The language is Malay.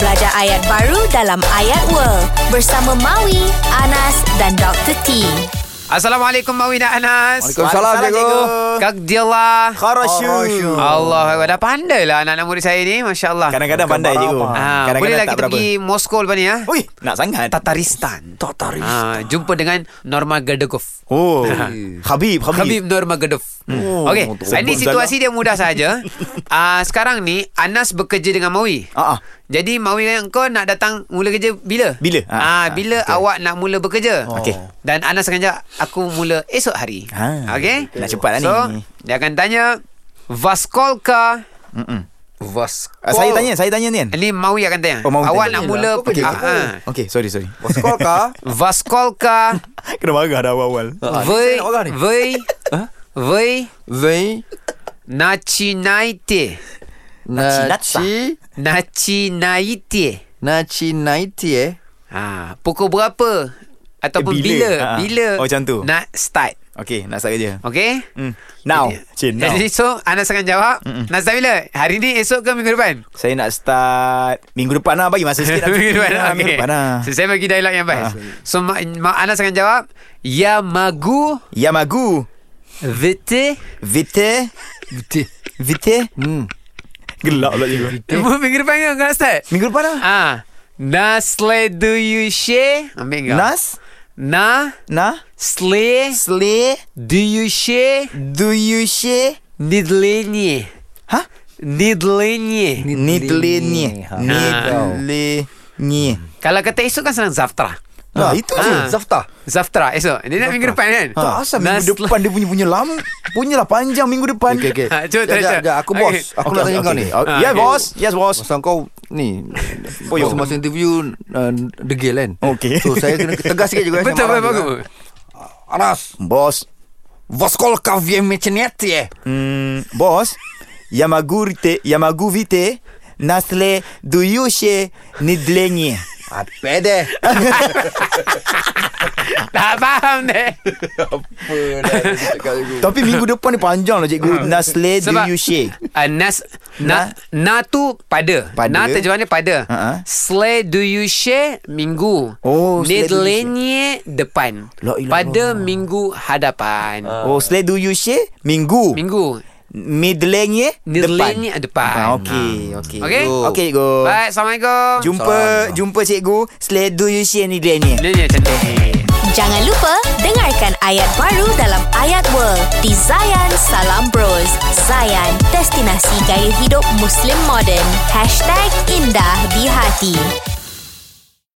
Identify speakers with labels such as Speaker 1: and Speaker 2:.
Speaker 1: belajar ayat baru dalam Ayat World bersama Maui, Anas dan Dr. T.
Speaker 2: Assalamualaikum Mawina Anas.
Speaker 3: Waalaikumsalam, cikgu.
Speaker 2: Kak Dila.
Speaker 3: Kharasyu.
Speaker 2: Allah, dah pandai lah anak-anak murid saya ni. Masya Allah.
Speaker 3: Kadang-kadang pandai cikgu.
Speaker 2: Ah,
Speaker 3: Kadang-kadang
Speaker 2: bolehlah
Speaker 3: tak
Speaker 2: kita
Speaker 3: berapa.
Speaker 2: pergi Moskow lepas ni ya.
Speaker 3: Ui, nak sangat.
Speaker 2: Tataristan.
Speaker 3: Tataristan.
Speaker 2: Ah, jumpa dengan Norma Gadokov.
Speaker 3: Oh. Habib, Habib.
Speaker 2: Habib Norma Gadov.
Speaker 3: Oh,
Speaker 2: Okey,
Speaker 3: betul.
Speaker 2: ini situasi dia mudah saja. Ah, sekarang ni Anas bekerja dengan Mawi.
Speaker 3: Ah, ah.
Speaker 2: Jadi Mawi dengan kau nak datang mula kerja bila?
Speaker 3: Bila? Ah,
Speaker 2: Ah,
Speaker 3: ah,
Speaker 2: bila
Speaker 3: betul.
Speaker 2: awak nak mula bekerja?
Speaker 3: Oh. Okey.
Speaker 2: Dan Anas akan jawab, aku mula esok hari.
Speaker 3: Ah,
Speaker 2: Okey?
Speaker 3: betul. Nak cepat lah
Speaker 2: so,
Speaker 3: ni.
Speaker 2: dia akan tanya Vaskolka. Mm-mm. Vaskol.
Speaker 3: Ah, saya tanya, saya tanya ni kan.
Speaker 2: Ini Mawi akan tanya.
Speaker 3: Oh, Mawi
Speaker 2: awak
Speaker 3: tanya.
Speaker 2: nak mula
Speaker 4: Apa kerja
Speaker 2: ah,
Speaker 4: kau?
Speaker 2: ah.
Speaker 3: Okey, sorry, sorry.
Speaker 4: Kolka
Speaker 3: Ah,
Speaker 2: Vaskolka.
Speaker 3: Kena marah dah awal-awal. Ah,
Speaker 2: Вы,
Speaker 4: nak orang ni.
Speaker 2: вы, вы
Speaker 4: Вы
Speaker 2: начинаете,
Speaker 4: Начи
Speaker 2: начинаете.
Speaker 4: Начинайте
Speaker 2: Ha, pukul berapa ataupun
Speaker 3: Eh,
Speaker 2: bila,
Speaker 3: bila?
Speaker 2: bila,
Speaker 3: Ha. Oh, macam tu.
Speaker 2: nak start.
Speaker 3: Okey, nak start kerja.
Speaker 2: Okay?
Speaker 3: Hmm. Now. Cik, now.
Speaker 2: Jadi so Anas akan jawab Mm-mm. Nak start bila? Hari ni esok ke minggu depan?
Speaker 3: Saya nak start minggu depan lah. Bagi masa sikit. nak
Speaker 2: minggu depan
Speaker 3: lah, Minggu
Speaker 2: okay.
Speaker 3: depan Ah. lah.
Speaker 2: so, Saya bagi dialog yang baik So ma- ma- Anas akan jawab Ya magu
Speaker 3: Yamagu.
Speaker 2: Vete
Speaker 3: Vite. Vite. Vite. Hmm. Gelap pula cikgu.
Speaker 2: Minggu depan kan kau nak start?
Speaker 3: Minggu depan lah.
Speaker 2: Ah, Наследующее Ambil kau
Speaker 3: Nas.
Speaker 2: Na
Speaker 3: Nah. Slay.
Speaker 2: Следующее
Speaker 3: Do you share?
Speaker 2: Недление
Speaker 3: Ha?
Speaker 2: Недление
Speaker 3: Nidle ni. Ha.
Speaker 2: Ha.
Speaker 3: Nidle ni. Ha.
Speaker 2: Kalau kata esok kan senang Zavtra
Speaker 3: Nah, itu je.
Speaker 2: Ah.
Speaker 4: Zafta
Speaker 2: Zavtra esok Dia nak minggu depan kan
Speaker 3: Tak asal minggu
Speaker 2: Nas-
Speaker 3: depan kan dia punya punya lama punyalah panjang minggu depan.
Speaker 4: Okay, okay.
Speaker 2: Ha, cuba, cuba, cuba.
Speaker 4: Sekejap, sekejap. Aku bos
Speaker 2: Okay.
Speaker 4: Aku nak tanya kau ni
Speaker 3: Okay.
Speaker 2: Ah,
Speaker 3: Yeah,
Speaker 2: okay.
Speaker 3: boss. Yes, boss.
Speaker 4: Masa kau ni
Speaker 3: Oh, yo.
Speaker 4: Masa-masa interview uh, Degil kan
Speaker 3: Okey.
Speaker 4: So saya kena tegas sikit juga
Speaker 2: Betul
Speaker 4: saya
Speaker 2: betul
Speaker 4: marah juga.
Speaker 2: bagus
Speaker 4: Anas
Speaker 3: Boss.
Speaker 4: Восколько вы начинаете?
Speaker 3: Hmm, boss. Yamagurite, Yamaguvite, Nasle Duyushe Nidlenye.
Speaker 4: Apa deh?
Speaker 2: Tak faham deh
Speaker 4: Apa dah dia cakap cikgu?
Speaker 3: Tapi minggu depan ni panjang lah cikgu. Nasle
Speaker 2: Ha. Sebab-
Speaker 3: Duyushe.
Speaker 2: uh, Nas na, na tu pada,
Speaker 3: Pada. Ha,
Speaker 2: Na terjemahannya pada
Speaker 3: Ha-ha.
Speaker 2: Следующее Minggu
Speaker 3: Oh,
Speaker 2: Недление Depan
Speaker 3: La ilaha
Speaker 2: Pada minggu hadapan
Speaker 3: Oh, Sle Duyushe minggu.
Speaker 2: Minggu
Speaker 3: Midlenye depan.
Speaker 2: Nirlenye depan.
Speaker 3: Ah, okey, okey.
Speaker 2: Okey?
Speaker 3: Okey, cikgu.
Speaker 2: Baik, Assalamualaikum.
Speaker 3: Jumpa jumpa cikgu. Sle Duyushe Nidlenye.
Speaker 2: Dia ni macam tu.
Speaker 1: Jangan lupa dengarkan ayat baru dalam Ayat World di Zayan Salam Bros. Zayan, destinasi gaya hidup Muslim modern. #IndahDiHati